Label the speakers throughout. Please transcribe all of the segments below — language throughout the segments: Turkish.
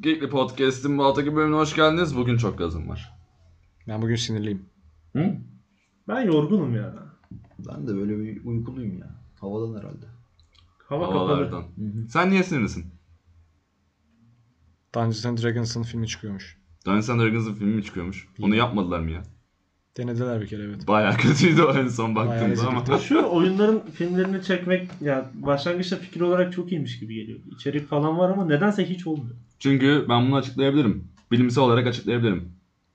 Speaker 1: Geekli Podcast'in bu haftaki bölümüne hoş geldiniz. Bugün çok gazım var.
Speaker 2: Ben bugün sinirliyim.
Speaker 1: Hı?
Speaker 3: Ben yorgunum ya.
Speaker 4: Ben de böyle bir uykuluyum ya. Havadan herhalde.
Speaker 3: Hava kapalı.
Speaker 1: Havalardan. Sen niye sinirlisin?
Speaker 2: Dungeons and Dragons'ın filmi çıkıyormuş.
Speaker 1: Dungeons and Dragons'ın filmi çıkıyormuş. Onu yapmadılar mı ya?
Speaker 2: Denediler bir kere evet.
Speaker 1: Baya kötüydü o en son
Speaker 2: Bayağı
Speaker 1: baktığımda ama.
Speaker 3: Şu oyunların filmlerini çekmek yani başlangıçta fikir olarak çok iyiymiş gibi geliyor. İçerik falan var ama nedense hiç olmuyor.
Speaker 1: Çünkü ben bunu açıklayabilirim. Bilimsel olarak açıklayabilirim.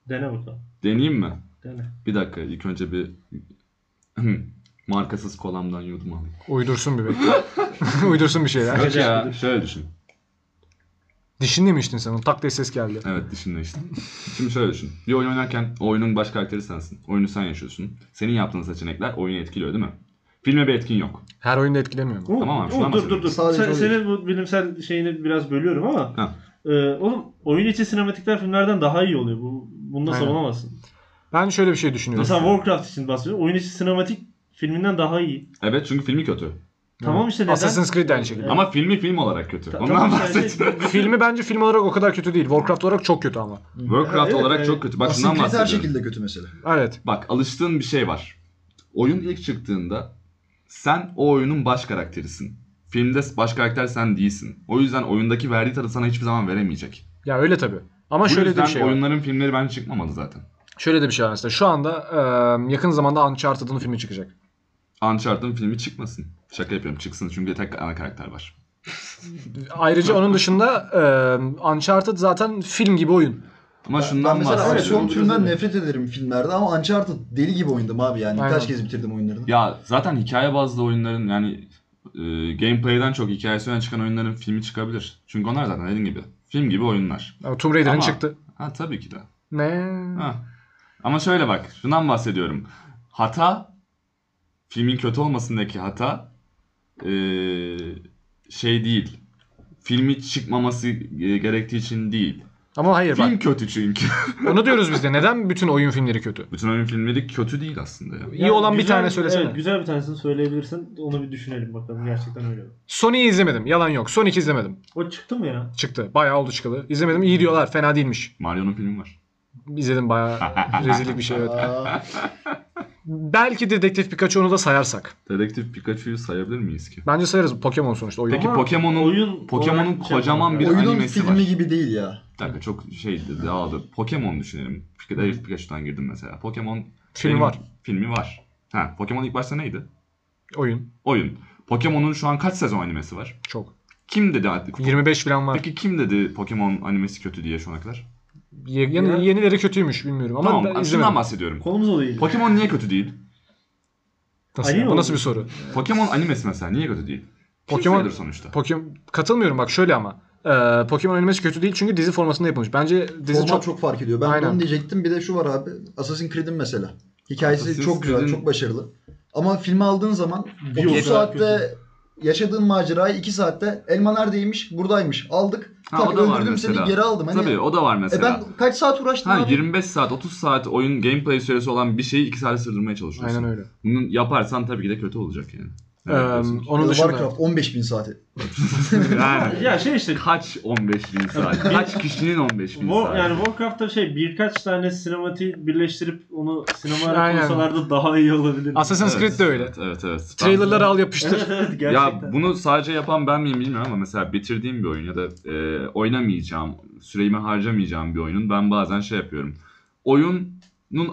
Speaker 3: Dene bakalım.
Speaker 1: Deneyeyim mi?
Speaker 3: Dene.
Speaker 1: Bir dakika ilk önce bir markasız kolamdan yudum alayım.
Speaker 2: Uydursun bir bekle. Uydursun bir şeyler.
Speaker 1: Yok
Speaker 3: Kaçacak
Speaker 1: ya
Speaker 3: mıydın?
Speaker 1: şöyle düşün.
Speaker 2: Dişinle mi içtin sen onu? Tak diye ses geldi.
Speaker 1: Evet dişinle işte. Şimdi şöyle düşün. Bir oyun oynarken o oyunun baş karakteri sensin. Oyunu sen yaşıyorsun. Senin yaptığın seçenekler oyunu etkiliyor değil mi? Filme bir etkin yok.
Speaker 2: Her oyunda etkilemiyor mu?
Speaker 3: Oğlum,
Speaker 1: Tamam abi, şundan
Speaker 3: oğlum, dur dur dur.
Speaker 4: Sadece
Speaker 3: Sen,
Speaker 4: oluyor.
Speaker 3: senin bu bilimsel şeyini biraz bölüyorum ama.
Speaker 1: Ha.
Speaker 3: e, oğlum oyun içi sinematikler filmlerden daha iyi oluyor. Bu, bunu da
Speaker 2: Aynen.
Speaker 3: savunamazsın.
Speaker 2: Ben şöyle bir şey düşünüyorum.
Speaker 3: Mesela Warcraft için bahsediyorum. Oyun içi sinematik filminden daha iyi.
Speaker 1: Evet çünkü filmi kötü.
Speaker 3: Tamam işte neden?
Speaker 2: Assassin's Creed de aynı şekilde.
Speaker 3: Evet.
Speaker 1: Ama filmi film olarak kötü.
Speaker 3: Ta-
Speaker 1: Ondan
Speaker 3: tamam işte,
Speaker 1: bahsettim.
Speaker 3: şey-
Speaker 2: Filmi bence film olarak o kadar kötü değil. Warcraft olarak çok kötü ama.
Speaker 1: Workout
Speaker 4: Evet,
Speaker 1: olarak
Speaker 3: evet.
Speaker 1: çok kötü. Bak şundan
Speaker 4: Assassin's Creed her
Speaker 1: bahsediyorum.
Speaker 4: şekilde kötü mesela.
Speaker 2: Evet.
Speaker 1: Bak alıştığın bir şey var. Oyun ilk çıktığında sen o oyunun baş karakterisin. Filmde baş karakter sen değilsin. O yüzden oyundaki verdiği tadı sana hiçbir zaman veremeyecek.
Speaker 2: Ya öyle tabii. Ama
Speaker 1: Bu
Speaker 2: şöyle de
Speaker 1: yüzden
Speaker 2: bir şey var.
Speaker 1: oyunların filmleri bence çıkmamalı zaten.
Speaker 2: Şöyle de bir şey var mesela. Şu anda e, yakın zamanda Uncharted'ın filmi çıkacak.
Speaker 1: Uncharted'ın filmi çıkmasın. Şaka yapıyorum çıksın çünkü tek ana karakter var.
Speaker 2: Ayrıca onun dışında e, Uncharted zaten film gibi oyun.
Speaker 1: Ama
Speaker 4: ben
Speaker 1: şundan
Speaker 4: mesela aksiyon
Speaker 1: bahsediyorum.
Speaker 3: biraz
Speaker 4: türünden
Speaker 3: öyle.
Speaker 4: nefret ederim filmlerde ama Uncharted deli gibi oynadım abi yani.
Speaker 2: Aynen.
Speaker 4: Birkaç kez bitirdim oyunlarını.
Speaker 1: Ya zaten hikaye bazlı oyunların yani e, gameplay'den çok hikayesi öne çıkan oyunların filmi çıkabilir. Çünkü onlar zaten dediğim gibi film gibi oyunlar.
Speaker 2: Ama Tomb Raider'ın
Speaker 1: Ama-
Speaker 2: çıktı.
Speaker 1: Ha tabii ki de.
Speaker 2: Ne?
Speaker 1: Ha. Ama şöyle bak, şundan bahsediyorum. Hata, filmin kötü olmasındaki hata eee, şey değil. Filmi çıkmaması e, gerektiği için değil.
Speaker 2: Ama hayır E, bak.
Speaker 1: Film kötü çünkü.
Speaker 2: Onu diyoruz biz de. Neden bütün oyun filmleri kötü?
Speaker 1: Bütün oyun filmleri kötü değil aslında ya.
Speaker 2: İyi olan bir
Speaker 3: güzel-
Speaker 2: tane söylesene.
Speaker 3: Evet, güzel bir tanesini söyleyebilirsin. Onu bir düşünelim bakalım. Gerçekten öyle. mi?
Speaker 2: Sony'yi izlemedim. Yalan yok. Sonic izlemedim.
Speaker 3: O çıktı mı ya?
Speaker 2: Çıktı. Bayağı oldu çıkalı. İzlemedim. İyi diyorlar. Fena değilmiş.
Speaker 1: Mario'nun filmi var.
Speaker 2: İzledim bayağı rezillik bir şey evet.
Speaker 4: Aa,
Speaker 2: Belki dedektif Pikachu onu da sayarsak.
Speaker 1: Dedektif Pikachu'yu sayabilir miyiz ki?
Speaker 2: Bence sayarız. Pokemon sonuçta oyun.
Speaker 1: Peki
Speaker 3: Ama
Speaker 1: Pokemon'un
Speaker 3: oyun
Speaker 1: Pokemon'un
Speaker 3: olarak şey
Speaker 1: kocaman bir
Speaker 3: yapalım.
Speaker 4: oyunun
Speaker 1: animesi
Speaker 4: filmi
Speaker 1: var.
Speaker 4: gibi değil ya.
Speaker 1: Bir dakika çok şey dağıldı. Pokemon düşünelim. Dedektif Pikachu'dan girdim mesela. Pokemon
Speaker 2: Film
Speaker 1: benim-
Speaker 2: var.
Speaker 1: Filmi var. Ha, Pokemon ilk başta neydi?
Speaker 2: Oyun.
Speaker 1: oyun. Pokemon'un şu an kaç sezon animesi var?
Speaker 2: Çok.
Speaker 1: Kim dedi artık?
Speaker 2: 25 falan var.
Speaker 1: Peki kim dedi Pokemon animesi kötü diye şu ana kadar?
Speaker 2: Ye- yeni-
Speaker 3: Ya.
Speaker 2: yenileri kötüymüş bilmiyorum ama
Speaker 1: tamam,
Speaker 2: ben
Speaker 1: şundan
Speaker 2: izlemedim.
Speaker 1: bahsediyorum.
Speaker 3: Konumuz o değil.
Speaker 1: Pokemon niye kötü değil?
Speaker 2: Nasıl,
Speaker 3: Anime
Speaker 2: bu nasıl
Speaker 3: oldu.
Speaker 2: bir soru?
Speaker 1: Pokemon animesi mesela niye kötü değil?
Speaker 2: Pokemon-
Speaker 1: Pokemon sonuçta.
Speaker 2: Pokemon katılmıyorum bak şöyle ama. Ee, Pokemon animesi kötü değil çünkü dizi formasında yapılmış. Bence dizi
Speaker 4: Format
Speaker 2: çok
Speaker 4: çok çok fark ediyor. Ben
Speaker 2: Aynen.
Speaker 4: onu diyecektim. Bir de şu var abi. Assassin's Creed'in mesela. Hikayesi
Speaker 1: Assassin's
Speaker 4: çok güzel,
Speaker 1: Creed'in-
Speaker 4: çok başarılı. Ama filmi aldığın zaman
Speaker 3: Bir
Speaker 4: 30
Speaker 3: olarak
Speaker 4: saatte yaşadığın macerayı 2 saatte elma neredeymiş, buradaymış. Aldık.
Speaker 1: Ha,
Speaker 4: tak
Speaker 1: o da var
Speaker 4: öldürdüm seni
Speaker 1: mesela.
Speaker 4: geri aldım. Hani,
Speaker 1: Tabii o da var
Speaker 4: e
Speaker 1: mesela.
Speaker 4: ben kaç saat uğraştım
Speaker 1: Ha
Speaker 4: abi?
Speaker 1: 25 saat 30 saat oyun gameplay süresi olan bir şeyi 2 saate sığdırmaya çalışıyorsun.
Speaker 2: aynen öyle.
Speaker 1: Bunu yaparsan tabii ki de kötü olacak yani. Ne
Speaker 2: Ee,
Speaker 1: yapıyorsun?
Speaker 2: onun
Speaker 4: Ya da
Speaker 2: dışında
Speaker 4: Warcraft 15 bin saati.
Speaker 1: yani.
Speaker 3: Ya şey işte
Speaker 1: Kaç 15 bin saat? Kaç kişinin 15 bin
Speaker 3: War,
Speaker 1: saat?
Speaker 3: yani Warcraft'ta şey birkaç tane sinematiği birleştirip onu sinemaya
Speaker 2: Aynen.
Speaker 3: koysalar da daha iyi olabilir.
Speaker 2: Assassin's Creed de öyle.
Speaker 1: Evet evet. evet. Ben-
Speaker 2: Trailerları al yapıştır.
Speaker 3: Evet evet gerçekten.
Speaker 1: Ya bunu sadece yapan ben miyim bilmiyorum ama mesela bitirdiğim bir oyun ya da e, oynamayacağım, süremi harcamayacağım bir oyunun ben bazen şey yapıyorum. Oyunun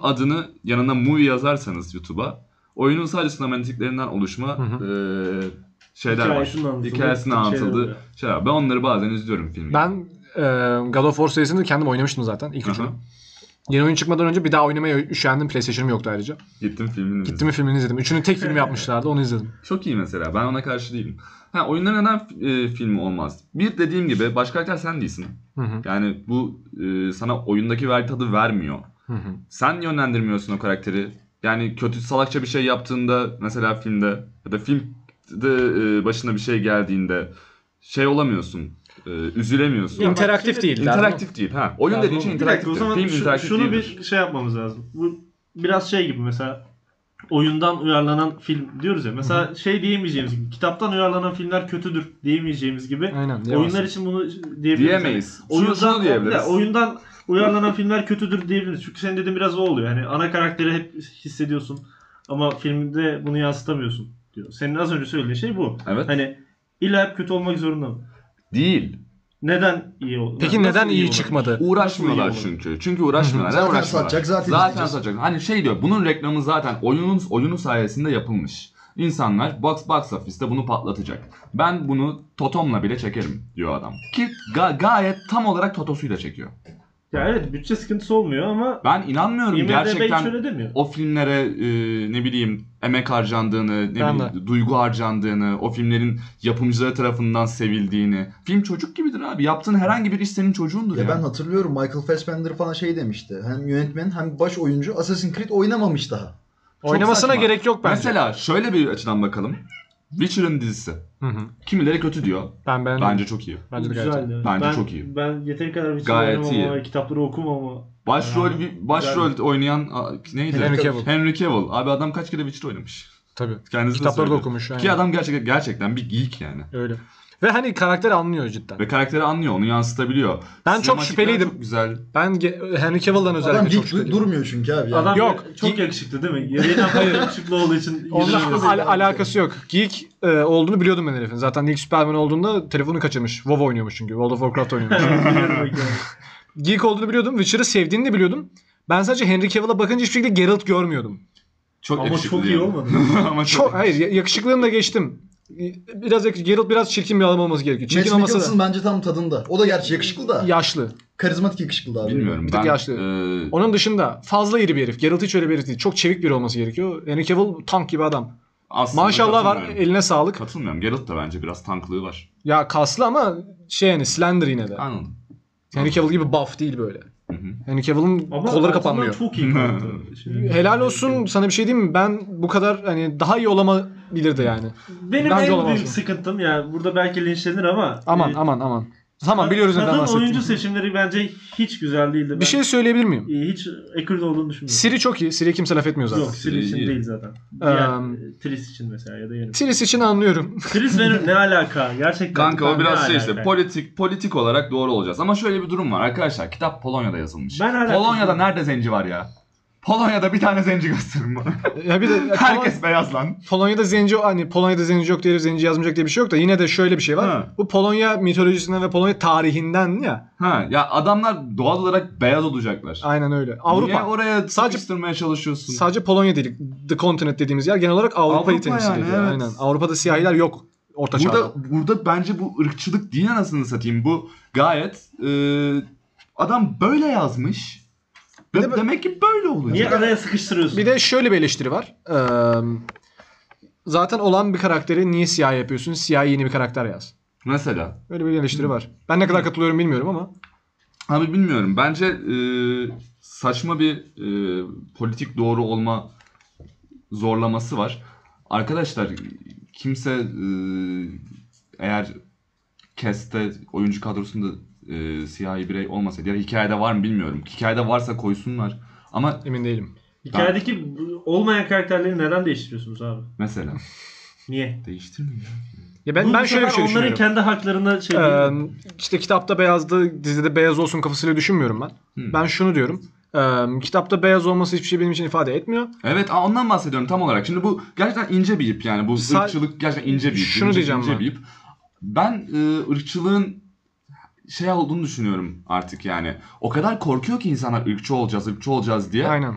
Speaker 1: adını yanına movie yazarsanız YouTube'a oyunun sadece sinematiklerinden oluşma
Speaker 2: Hı hı.
Speaker 1: e, şeyler
Speaker 3: Hikaye
Speaker 1: var.
Speaker 3: şundan anlatıldı,
Speaker 1: Hikayesini
Speaker 3: şeyler
Speaker 1: anlatıldı.
Speaker 3: oluyor.
Speaker 1: Şey var. Ben onları bazen izliyorum filmi.
Speaker 2: Ben e, God of War serisini kendim oynamıştım zaten ilk
Speaker 1: Aha.
Speaker 2: üçünü. Yeni oyun çıkmadan önce bir daha oynamaya üşendim. PlayStation'ım yoktu ayrıca.
Speaker 1: Gittim filmini izledim.
Speaker 2: Gittim ve filmini izledim. Üçünün tek filmi yapmışlardı onu izledim.
Speaker 1: Çok iyi mesela. Ben ona karşı değilim. Ha oyunların neden e, filmi olmaz? Bir dediğim gibi baş karakter sen değilsin.
Speaker 2: Hı hı,
Speaker 1: Yani bu e, sana oyundaki verdiği tadı vermiyor.
Speaker 2: hı hı.
Speaker 1: sen yönlendirmiyorsun o karakteri. Yani kötü salakça bir şey yaptığında mesela filmde ya da filmde e, başına bir şey geldiğinde şey olamıyorsun. e, üzülemiyorsun.
Speaker 3: Ya bak
Speaker 2: interaktif
Speaker 1: şey-
Speaker 3: şimdi-
Speaker 2: değil.
Speaker 1: interaktif değil ha. Oyun
Speaker 2: Ya
Speaker 1: dediğin
Speaker 2: bu-
Speaker 1: şey
Speaker 3: Bir şey dakika
Speaker 1: interaktif.
Speaker 3: o zaman
Speaker 1: Film
Speaker 3: şu-
Speaker 1: interaktif
Speaker 3: şunu
Speaker 1: değildir.
Speaker 3: bir şey yapmamız lazım. Bu biraz şey gibi mesela oyundan uyarlanan film diyoruz ya. Mesela şey diyemeyeceğimiz gibi kitaptan uyarlanan filmler kötüdür diyemeyeceğimiz gibi
Speaker 2: Aynen.
Speaker 3: oyunlar
Speaker 2: Oyunlar
Speaker 3: için bunu diyebiliriz.
Speaker 1: Diyemeyiz.
Speaker 3: Yani
Speaker 1: Oyundan şunu
Speaker 3: Oyundan,
Speaker 1: diyebiliriz.
Speaker 3: ya, oyundan uyarlanan filmler kötüdür diyebiliriz. Çünkü senin dediğin biraz o oluyor. Yani ana karakteri hep hissediyorsun ama filmde bunu yansıtamıyorsun diyor. Senin az önce söylediğin şey bu.
Speaker 1: Evet.
Speaker 3: Hani illa hep kötü olmak zorunda mı?
Speaker 1: Değil.
Speaker 3: Neden iyi oldu?
Speaker 2: Peki
Speaker 3: Nasıl
Speaker 2: neden iyi
Speaker 3: olabilir?
Speaker 2: çıkmadı?
Speaker 1: Uğraşmıyorlar
Speaker 3: Nasıl iyi olabilir?
Speaker 1: çünkü. Çünkü uğraşmıyorlar. Neden
Speaker 4: Zaten
Speaker 1: uğraşmıyorlar?
Speaker 4: satacak, zaten
Speaker 1: Zaten
Speaker 4: izleyeceğiz.
Speaker 1: satacak. Hani şey diyor bunun reklamı zaten oyunun oyunun sayesinde yapılmış. İnsanlar box box office'te bunu patlatacak. Ben bunu totomla bile çekerim diyor adam. Ki ga- gayet tam olarak totosuyla çekiyor.
Speaker 3: Ya evet bütçe sıkıntısı olmuyor ama
Speaker 1: Ben inanmıyorum
Speaker 3: IMDb
Speaker 1: gerçekten
Speaker 3: hiç öyle demiyor.
Speaker 1: o filmlere e, ne bileyim emek harcandığını, ne
Speaker 2: Ben
Speaker 1: bileyim duygu harcandığını, o filmlerin yapımcıları tarafından sevildiğini. Film çocuk gibidir abi. Yaptığın herhangi bir iş senin çocuğundur ya.
Speaker 4: Ya ben hatırlıyorum Michael Fassbender falan şey demişti. Hem yönetmen hem baş oyuncu Assassin's Creed oynamamış daha.
Speaker 1: Çok
Speaker 2: Oynamasına
Speaker 1: saçma.
Speaker 2: gerek yok bence.
Speaker 1: Mesela şöyle bir açıdan bakalım. Witcher'ın dizisi.
Speaker 2: Hı hı.
Speaker 1: Kimileri kötü diyor.
Speaker 2: Ben ben
Speaker 1: Bence çok iyi.
Speaker 2: bence de
Speaker 3: Güzeldi.
Speaker 2: gayet.
Speaker 1: Bence
Speaker 3: ben,
Speaker 1: çok iyi.
Speaker 3: Ben yeteri kadar bir şey
Speaker 1: Gayet
Speaker 3: oynamama, kitapları okumama.
Speaker 1: Başrol
Speaker 3: Yani,
Speaker 1: başrol
Speaker 3: güzel.
Speaker 1: oynayan a, neydi?
Speaker 2: Henry Cavill.
Speaker 1: Henry Cavill. Abi adam kaç kere Witcher oynamış.
Speaker 2: Tabii.
Speaker 1: Kendisi de
Speaker 2: Kitapları da
Speaker 1: söylüyor.
Speaker 2: okumuş.
Speaker 1: Ki
Speaker 2: aynen.
Speaker 1: adam gerçekten gerçekten bir geek yani.
Speaker 2: Öyle. Ve hani karakter anlıyor cidden.
Speaker 1: Ve karakteri anlıyor, onu yansıtabiliyor.
Speaker 2: Ben çok
Speaker 1: Sinematikler
Speaker 2: şüpheliydim.
Speaker 1: Çok güzel.
Speaker 2: Ben Ge- Henry Cavill'dan özellikle
Speaker 4: Adam
Speaker 2: çok
Speaker 4: dik
Speaker 2: şüpheliyim.
Speaker 4: durmuyor çünkü abi. Yani.
Speaker 3: Adam
Speaker 2: Yok.
Speaker 3: çok yakışıklı değil mi? Yerinden hayır yakışıklı olduğu için
Speaker 2: Onunla
Speaker 3: yürüyemez.
Speaker 2: al- alakası yok. Geek e, olduğunu biliyordum ben herifin. Zaten ilk Superman olduğunda telefonu kaçırmış. WoW oynuyormuş çünkü. World of Warcraft oynuyormuş.
Speaker 3: Yürüyemek yani.
Speaker 2: Geek olduğunu biliyordum. Witcher'ı sevdiğini de biliyordum. Ben sadece Henry Cavill'a bakınca hiçbir şekilde Geralt görmüyordum.
Speaker 1: Çok
Speaker 3: Ama
Speaker 1: yakışıklı
Speaker 3: çok iyi
Speaker 1: yani.
Speaker 3: olmadı.
Speaker 1: Ama
Speaker 2: Çok,
Speaker 1: çok
Speaker 2: hayır ya- yakışıklılığını da geçtim. E, Biraz yak- Geralt biraz çirkin bir adam olması gerekiyor.
Speaker 4: Mads
Speaker 2: Çirkin olması
Speaker 4: Mikkelsen
Speaker 2: da
Speaker 4: bence tam tadında. O da gerçi yakışıklı da.
Speaker 2: yaşlı.
Speaker 4: Karizmatik yakışıklı da abi.
Speaker 1: bilmiyorum.
Speaker 2: Bir tık
Speaker 1: ben,
Speaker 2: yaşlı.
Speaker 1: e,
Speaker 2: Onun dışında fazla iri bir herif. Geralt hiç öyle bir herif değil. Çok çevik biri olması gerekiyor. Henry Cavill tank gibi adam.
Speaker 1: aslında
Speaker 2: Maşallah var.
Speaker 1: katılmıyorum.
Speaker 2: Eline sağlık.
Speaker 1: Katılmıyorum. Geralt da bence biraz tanklığı var.
Speaker 2: Ya kaslı ama şey yani slender yine de.
Speaker 1: Anladım.
Speaker 2: Henry Cavill gibi buff değil böyle.
Speaker 1: Hı hı.
Speaker 2: Henry Cavill'ın
Speaker 3: Ama
Speaker 2: kolları
Speaker 3: altından
Speaker 2: kapanmıyor.
Speaker 3: Çok iyi kalktı. Şimdi-
Speaker 2: Helal olsun sana bir şey diyeyim mi? Ben bu kadar hani daha iyi olamayabilirdi yani.
Speaker 3: Benim
Speaker 2: Bence
Speaker 3: en
Speaker 2: olamaz
Speaker 3: büyük
Speaker 2: bu.
Speaker 3: sıkıntım yani burada belki linçlenir ama
Speaker 2: Aman
Speaker 3: e,
Speaker 2: aman aman. Tamam biliyoruz
Speaker 3: kadın
Speaker 2: neden
Speaker 3: oyuncu
Speaker 2: bahsettiğimi.
Speaker 3: seçimleri bence hiç güzel değildi. Ben
Speaker 2: Bir şey söyleyebilir miyim?
Speaker 3: e, hiç ekürde olduğunu düşünmüyorum.
Speaker 2: Siri çok iyi. Siri kimse laf etmiyor zaten.
Speaker 3: Yok Siri için
Speaker 1: İyi.
Speaker 3: değil zaten.
Speaker 2: Ehm,
Speaker 3: Diğer e, Tris için mesela ya da yeni.
Speaker 2: Siri'si için anlıyorum.
Speaker 3: Tris benim ne alaka? Gerçekten.
Speaker 1: Kanka o
Speaker 3: ben ne
Speaker 1: biraz şey işte
Speaker 3: alaka?
Speaker 1: politik politik olarak doğru olacağız. Ama şöyle bir durum var arkadaşlar. Kitap Polonya'da yazılmış.
Speaker 3: Ben hala-
Speaker 1: Polonya'da nerede zenci var ya? Polonya'da bir tane zenci gösterin bana.
Speaker 2: ya bir de ya
Speaker 1: Herkes beyaz lan.
Speaker 2: Pol- Polonya'da zenci hani Polonya'da zenci yok diye zenci yazmayacak diye bir şey yok da yine de şöyle bir şey var.
Speaker 1: Ha.
Speaker 2: Bu Polonya mitolojisinden ve Polonya tarihinden ya.
Speaker 1: Ha ya adamlar doğal olarak beyaz olacaklar.
Speaker 2: Aynen öyle. Avrupa.
Speaker 1: Niye oraya
Speaker 2: Sadece-
Speaker 1: sadece çalışıyorsun?
Speaker 2: Sadece Polonya değil. The Continent dediğimiz yer genel olarak Avrupa'yı
Speaker 1: Avrupa
Speaker 2: temsil
Speaker 1: yani,
Speaker 2: ediyor.
Speaker 1: evet.
Speaker 2: Aynen. Avrupa'da siyahiler yok. Orta çağda.
Speaker 1: burada burada bence bu ırkçılık değil anasını satayım. Bu gayet e, adam böyle yazmış.
Speaker 2: Bir
Speaker 1: Ve
Speaker 2: de ben-
Speaker 1: demek ki böyle oluyor.
Speaker 3: Niye araya sıkıştırıyorsun?
Speaker 2: Bir de şöyle bir eleştiri var. Ee, zaten olan bir karakteri niye siyah yapıyorsun? Siyah yeni bir karakter yaz.
Speaker 1: Mesela.
Speaker 2: Öyle bir eleştiri var. Ben ne kadar katılıyorum bilmiyorum ama.
Speaker 1: Abi bilmiyorum. Bence e, saçma bir e, politik doğru olma zorlaması var. Arkadaşlar kimse e, eğer keste oyuncu kadrosunda e, siyahi birey olmasaydı ya da hikayede var mı bilmiyorum. Hikayede varsa koysunlar. Ama
Speaker 2: Emin değilim.
Speaker 3: Hikayedeki bu- olmayan karakterleri neden değiştiriyorsunuz abi?
Speaker 1: mesela
Speaker 3: Niye?
Speaker 1: değiştirmeyin. ya.
Speaker 2: Ya ben,
Speaker 3: Bu-
Speaker 2: ben
Speaker 3: bu
Speaker 2: şöyle bir
Speaker 3: sefer
Speaker 2: şey
Speaker 3: Onların
Speaker 2: düşünüyorum.
Speaker 3: kendi haklarına şey
Speaker 2: Ee,
Speaker 3: değil mi?
Speaker 2: işte kitapta beyazdı, dizide beyaz olsun kafasıyla düşünmüyorum ben.
Speaker 1: Hmm.
Speaker 2: Ben şunu diyorum. Ee, kitapta beyaz olması hiçbir şey benim için ifade etmiyor.
Speaker 1: Evet aa, ondan bahsediyorum tam olarak. Şimdi bu gerçekten ince bir ip yani. Bu
Speaker 2: Sa-
Speaker 1: ırkçılık gerçekten ince bir ip.
Speaker 2: Şunu
Speaker 1: ince,
Speaker 2: diyeceğim
Speaker 1: ince
Speaker 2: ben.
Speaker 1: bir ip. Ben e, ırkçılığın şey olduğunu düşünüyorum artık yani. O kadar korkuyor ki insanlar ırkçı olacağız, ırkçı olacağız diye
Speaker 2: Aynen.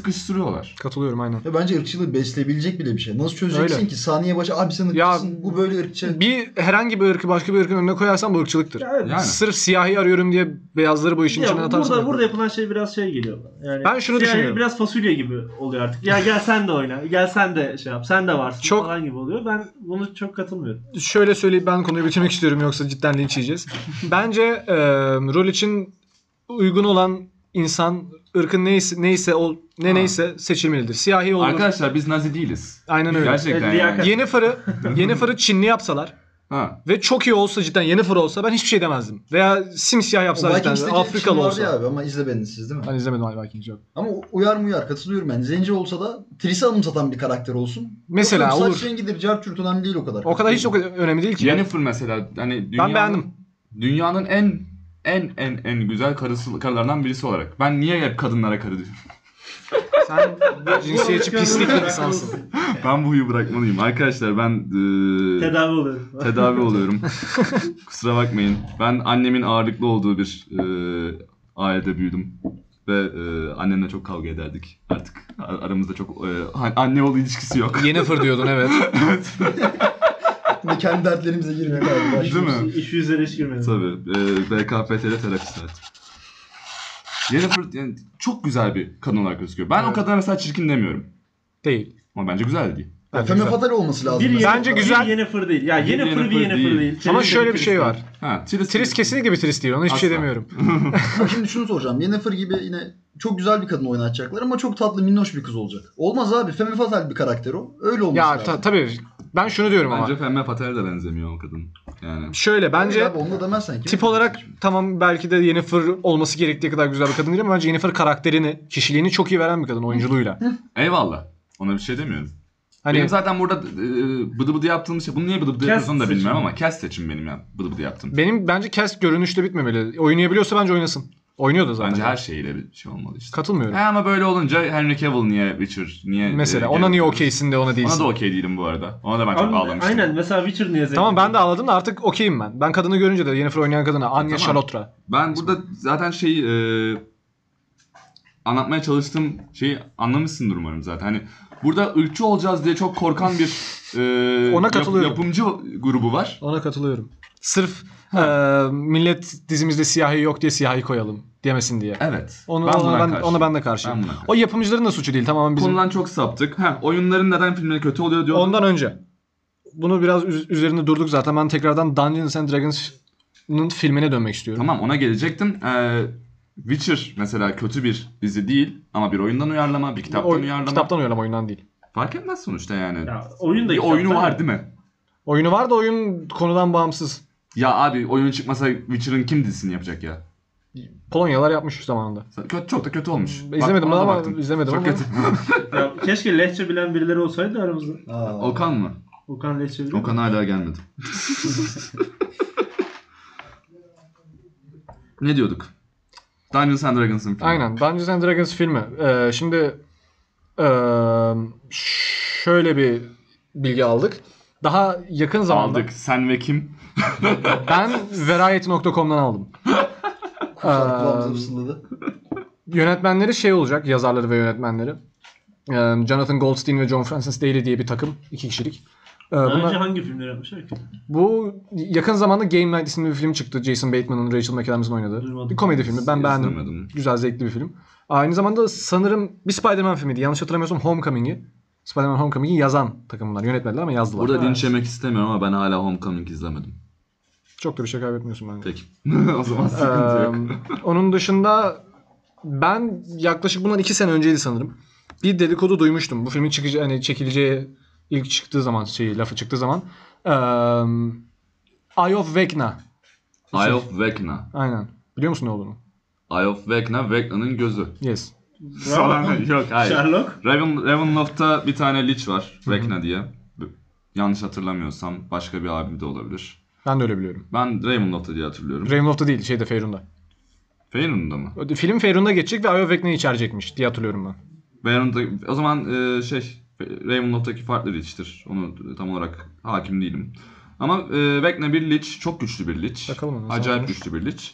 Speaker 1: sıkıştırıyorlar.
Speaker 2: Katılıyorum aynen.
Speaker 4: Ya bence ırkçılığı besleyebilecek bile bir şey. Nasıl çözeceksin
Speaker 2: Öyle.
Speaker 4: ki saniye başı abi sen
Speaker 2: Ya-
Speaker 4: ırkçısın bu böyle
Speaker 1: Şey-
Speaker 4: ırkçı.
Speaker 2: Bir herhangi bir ırkı başka bir ırkın önüne koyarsan bu ırkçılıktır.
Speaker 3: Ya evet.
Speaker 1: Yani.
Speaker 2: Sırf siyahi arıyorum diye beyazları bu işin
Speaker 3: Ya
Speaker 2: içine
Speaker 3: bu-
Speaker 2: atarsan.
Speaker 3: burada, burada yapılan şey biraz şey geliyor. bana. Yani
Speaker 2: Ben şunu
Speaker 3: CIA
Speaker 2: düşünüyorum.
Speaker 3: Biraz fasulye gibi oluyor artık. Ya gel sen de oyna. Gel sen de şey yap. Sen de varsın
Speaker 2: Çok-
Speaker 3: falan gibi oluyor. Ben bunu çok katılmıyorum.
Speaker 2: şöyle söyleyip ben konuyu bitirmek istiyorum yoksa cidden linç yiyeceğiz. Bence e, rol için uygun olan insan ırkın neyse neyse ol ne
Speaker 1: Ha.
Speaker 2: neyse seçilmelidir. Siyahi olur.
Speaker 1: Arkadaşlar biz nazi değiliz.
Speaker 2: Aynen öyle.
Speaker 1: Gerçekten
Speaker 3: Evet,
Speaker 1: yani.
Speaker 3: liyakat-
Speaker 2: Yeni farı yeni farı Çinli yapsalar
Speaker 1: Ha.
Speaker 2: Ve çok iyi olsa cidden Yennefer olsa ben hiçbir şey demezdim. Veya simsiyah yapsalar cidden
Speaker 4: Vikings'teki
Speaker 2: Afrikalı
Speaker 4: Afrikalı vardı ya
Speaker 2: olsa.
Speaker 4: abi ama izlemediniz siz değil mi?
Speaker 2: Ben izlemedim hala Vikings yok.
Speaker 4: Ama uyar mı uyar katılıyorum ben. Zenci olsa da Triss'i anımsatan bir karakter olsun.
Speaker 2: Mesela
Speaker 4: Yoksa
Speaker 2: olur.
Speaker 4: Saç rengidir, car çürt önemli değil o kadar.
Speaker 2: O kadar hiç çok önemli değil ki.
Speaker 1: Yennefer mesela hani dünyanın,
Speaker 2: beğendim.
Speaker 1: dünyanın en en en en güzel karısı, karılardan birisi olarak. Ben niye hep kadınlara karı diyorum?
Speaker 2: Sen cinsiyetçi pislik bir insansın.
Speaker 1: Ben bu huyu bırakmalıyım. Arkadaşlar ben e, eee,
Speaker 3: Tedavi oluyor.
Speaker 1: tedavi oluyorum. Kusura bakmayın. Ben annemin ağırlıklı olduğu bir eee, ailede büyüdüm. Ve eee, annemle çok kavga ederdik artık. Ar- Aramızda çok eee, an- anne oğlu ilişkisi yok.
Speaker 2: Yennefer diyordun evet.
Speaker 4: Şimdi kendi dertlerimize girmek abi.
Speaker 1: Değil mi?
Speaker 3: İş yüzlere hiç girmedim.
Speaker 1: Tabii. E, BKPT'de terapi saati. Jennifer yani çok güzel bir kadın olarak gözüküyor. Ben o
Speaker 2: Evet.
Speaker 1: kadına mesela çirkin demiyorum.
Speaker 2: Değil.
Speaker 1: Ama bence güzel de değil.
Speaker 4: Ya,
Speaker 2: Bence
Speaker 4: Femme
Speaker 2: güzel.
Speaker 4: Fatale olması lazım.
Speaker 3: Bir
Speaker 4: mesela.
Speaker 2: Bence güzel.
Speaker 3: Bir Yennefer değil. Ya
Speaker 1: Bir
Speaker 3: Yennefer bir
Speaker 1: Yennefer
Speaker 3: Yennefer değil.
Speaker 1: değil.
Speaker 2: Ama
Speaker 3: Tris
Speaker 2: şöyle
Speaker 3: de
Speaker 2: bir şey
Speaker 3: Tris
Speaker 2: var.
Speaker 1: Ha, Tris,
Speaker 2: Tris kesinlikle bir Tris değil. Ona hiçbir şey
Speaker 1: Asla.
Speaker 2: demiyorum.
Speaker 4: Ama Şimdi şunu soracağım. Yennefer gibi yine çok güzel bir kadın oynatacaklar ama çok tatlı minnoş bir kız olacak. Olmaz abi. Femme Fatale bir karakter o. Öyle olması
Speaker 2: ya
Speaker 4: lazım.
Speaker 2: ta- tabii ben şunu diyorum
Speaker 1: Bence
Speaker 2: ama.
Speaker 1: Femme Fatale de benzemiyor o kadın. Yani.
Speaker 2: Şöyle
Speaker 4: Bence
Speaker 2: bence
Speaker 4: abi, onu da demezsen ki.
Speaker 2: tip olarak tamam belki de Yennefer olması gerektiği kadar güzel bir kadın değil ama bence Yennefer karakterini, kişiliğini çok iyi veren bir kadın oyunculuğuyla.
Speaker 1: Eyvallah. Ona bir şey demiyorum.
Speaker 2: Hani
Speaker 1: benim zaten burada e, bıdı bıdı yaptığım şey. Bunu niye bıdı bıdı
Speaker 3: Cast
Speaker 1: yapıyorsun da bilmiyorum
Speaker 3: seçimi.
Speaker 1: ama kes seçim benim ya. Bıdı bıdı yaptım.
Speaker 2: benim bence cast görünüşte bitmemeli. Oynayabiliyorsa bence oynasın. Oynuyor da zaten.
Speaker 1: Bence her şeyle bir şey olmalı işte.
Speaker 2: Katılmıyorum.
Speaker 1: He ama böyle olunca Henry Cavill niye Witcher niye
Speaker 2: Mesela
Speaker 1: e,
Speaker 2: ona niye
Speaker 1: Geralt-
Speaker 2: okeysin de ona değilsin.
Speaker 1: Ona da okey değilim bu arada. Ona da ben çok
Speaker 3: Abi,
Speaker 1: bağlamıştım.
Speaker 3: Aynen mesela Witcher niye zevkli?
Speaker 2: Tamam ben de ağladım da artık okeyim ben. Ben kadını görünce de Yennefer oynayan kadına Anya
Speaker 1: E, Tamam.
Speaker 2: Charlotra.
Speaker 1: Ben burada zaten şey e, anlatmaya çalıştığım şeyi anlamışsındır umarım zaten. Hani burada ırkçı olacağız diye çok korkan bir e,
Speaker 2: Ona katılıyorum.
Speaker 1: yapımcı grubu var.
Speaker 2: Ona katılıyorum. Sırf e, millet dizimizde siyahi yok diye siyahi koyalım demesin diye.
Speaker 1: Evet.
Speaker 2: Onu, ben ona,
Speaker 1: buna
Speaker 2: ben,
Speaker 1: karşıyım.
Speaker 2: ona ben de karşıyım.
Speaker 1: Ben buna karşıyım.
Speaker 2: o yapımcıların da suçu değil tamamen bizim.
Speaker 1: Konudan çok saptık. Ha, oyunların neden filmleri kötü oluyor diyor.
Speaker 2: Ondan önce. Bunu biraz üz- üzerinde durduk zaten. Ben tekrardan Dungeons and Dragons'ın filmine dönmek istiyorum.
Speaker 1: Tamam ona gelecektim. Ee, Witcher mesela kötü bir dizi değil ama bir oyundan uyarlama, bir kitaptan
Speaker 2: Oy-
Speaker 1: uyarlama.
Speaker 2: Kitaptan uyarlama oyundan değil.
Speaker 1: Fark etmez sonuçta yani.
Speaker 3: Ya, oyun da
Speaker 1: bir
Speaker 3: kitaptan
Speaker 1: oyunu
Speaker 3: ya.
Speaker 1: var değil mi?
Speaker 2: Oyunu var da oyun konudan bağımsız.
Speaker 1: Ya abi oyun çıkmasa Witcher'ın kim dizisini yapacak ya?
Speaker 2: Polonyalar yapmış zamanında.
Speaker 1: Kötü, çok da kötü olmuş. Bak,
Speaker 2: İzlemedim
Speaker 1: ona da
Speaker 2: ama
Speaker 1: baktım.
Speaker 2: izlemedim
Speaker 1: Çok
Speaker 2: ama.
Speaker 1: kötü.
Speaker 3: Ya, keşke lehçe bilen birileri olsaydı aramızda.
Speaker 4: Aa.
Speaker 1: Okan mı?
Speaker 3: Okan lehçe biliyor.
Speaker 1: Okan hala gelmedi. ne diyorduk? Dungeons and Dragons'ın filmi.
Speaker 2: Aynen. Dungeons and Dragons filmi. Ee, şimdi ee, şöyle bir bilgi aldık. Daha yakın zamanda
Speaker 1: Aldık. Sen ve kim?
Speaker 2: ben verayeti.com'dan aldım.
Speaker 4: Kuşlar
Speaker 2: Ee,
Speaker 4: kulağımıza fısıldadı.
Speaker 2: Yönetmenleri şey olacak, yazarları ve yönetmenleri. Ee, Jonathan Goldstein ve John Francis Daly diye bir takım, iki kişilik. Ee,
Speaker 3: Daha
Speaker 2: bunlar-
Speaker 3: önce hangi filmler yapmışlar ki?
Speaker 2: bu yakın zamanda Game Night isimli bir film çıktı. Jason Bateman'ın, Rachel McAdams'ın oynadığı.
Speaker 3: Duymadım.
Speaker 2: Bir komedi filmi. Ben beğendim.
Speaker 1: İzlemedim.
Speaker 2: Güzel, zevkli bir film. Aynı zamanda sanırım bir Spider-Man filmiydi. Yanlış hatırlamıyorsam Homecoming'i. Spider-Man Homecoming'i yazan takımlar. Yönetmediler ama yazdılar.
Speaker 1: Burada dinç yemek istemiyorum ama ben hala Homecoming izlemedim.
Speaker 2: Çok da bir şey kaybetmiyorsun bence.
Speaker 1: Peki. o zaman sıkıntı yok.
Speaker 2: Ee, onun dışında ben yaklaşık bundan iki sene önceydi sanırım. Bir dedikodu duymuştum. Bu filmin çıkıcı, hani çekileceği ilk çıktığı zaman şey lafı çıktığı zaman. Ee, Eye of Vecna.
Speaker 1: Eye of Vecna.
Speaker 2: Aynen. Biliyor musun ne olduğunu?
Speaker 1: Eye of Vecna, Vecna'nın gözü.
Speaker 2: Yes.
Speaker 1: Falan. yok hayır.
Speaker 3: Sherlock.
Speaker 1: Raven, Ravenloft'ta bir tane Lich var. Vecna diye. Bu- Yanlış hatırlamıyorsam başka bir abim de olabilir.
Speaker 2: Ben de öyle biliyorum.
Speaker 1: Ben Ravenloft'ta diye hatırlıyorum.
Speaker 2: Ravenloft'ta değil şeyde Feyrun'da.
Speaker 1: Feyenoord'da mı?
Speaker 2: O- Film Feyrun'da geçecek ve Eye of Vecna'yı içerecekmiş diye hatırlıyorum ben.
Speaker 1: Feyenoord'da o zaman e, şey Ravenloft'taki farklı Lich'tir. Onu tam olarak hakim değilim. Ama e, Vecna bir Lich. Çok güçlü bir Lich.
Speaker 2: Bakalım ona,
Speaker 1: Acayip
Speaker 2: zamanlar.
Speaker 1: güçlü bir Lich.